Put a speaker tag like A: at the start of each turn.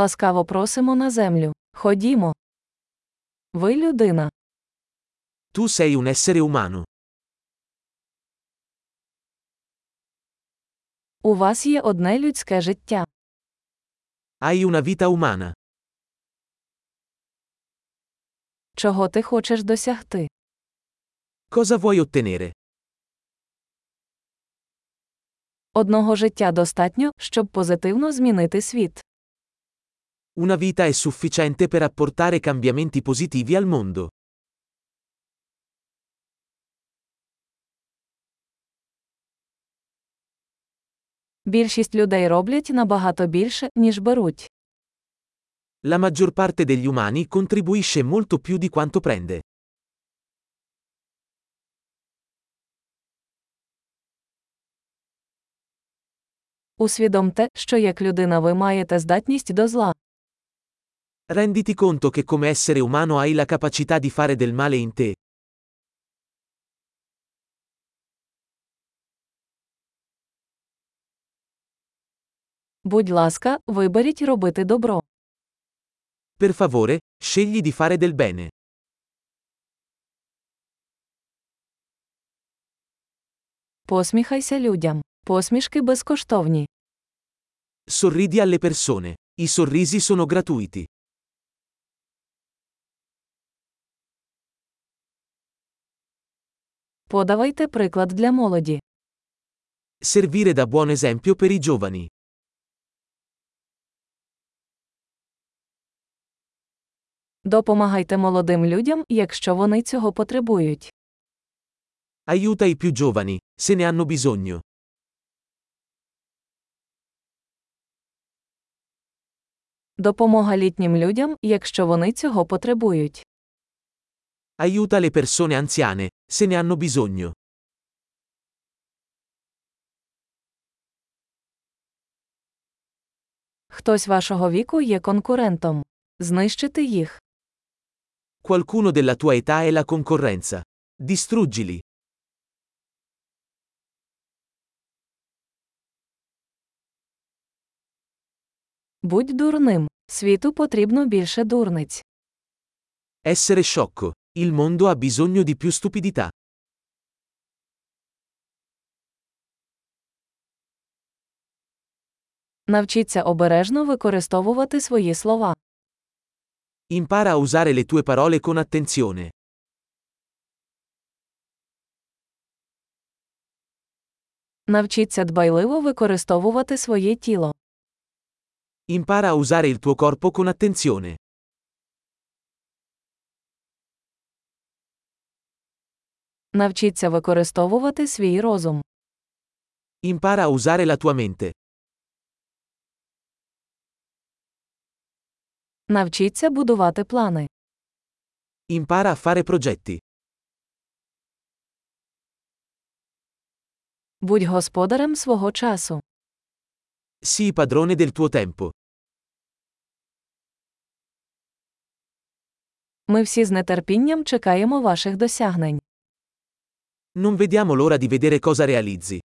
A: Ласкаво просимо на землю. Ходімо. Ви людина.
B: Tu sei un essere umano.
A: У вас є одне людське життя.
B: Hai una vita umana.
A: Чого ти хочеш досягти?
B: Cosa vuoi ottenere?
A: Одного життя достатньо, щоб позитивно змінити світ.
B: Una vita è sufficiente per apportare cambiamenti positivi al mondo.
A: Більшість людей роблять набагато більше, ніж беруть.
B: La maggior parte degli umani contribuisce molto più di quanto prende.
A: Усвідомте, що як людина ви маєте здатність до зла.
B: Renditi conto che come essere umano hai la capacità di fare del male in te.
A: Будь ласка, виберіть робити добро.
B: Per favore, scegli di fare del bene.
A: Посміхайся людям. Посмішки безкоштовні.
B: Sorridi alle persone. I sorrisi sono gratuiti.
A: Подавайте приклад для молоді.
B: Servire da buon esempio per i giovani.
A: Допомагайте молодим людям, якщо вони цього потребують.
B: Aiuta i più giovani, se ne hanno bisogno.
A: Допомога літнім людям, якщо вони цього потребують.
B: Aiuta le persone anziane, se ne hanno bisogno.
A: Хтось вашого віку є конкурентом. Знищити їх.
B: Qualcuno della tua età è la concorrenza. Distruggili.
A: Будь дурним. Світу потрібно більше дурниць.
B: Essere sciocco. Il mondo ha bisogno di più stupidità.
A: Навчіться обережно використовувати свої слова.
B: Impara a usare le tue parole con attenzione.
A: Навчіться дбайливо використовувати своє тіло.
B: Impara a usare il tuo corpo con attenzione.
A: Навчіться використовувати свій розум.
B: Impara a usare la tua mente.
A: Навчіться будувати плани.
B: Impara a fare progetti.
A: Будь господарем свого часу.
B: Sii padrone del tuo tempo.
A: Ми всі з нетерпінням чекаємо ваших досягнень.
B: Non vediamo l'ora di vedere cosa realizzi.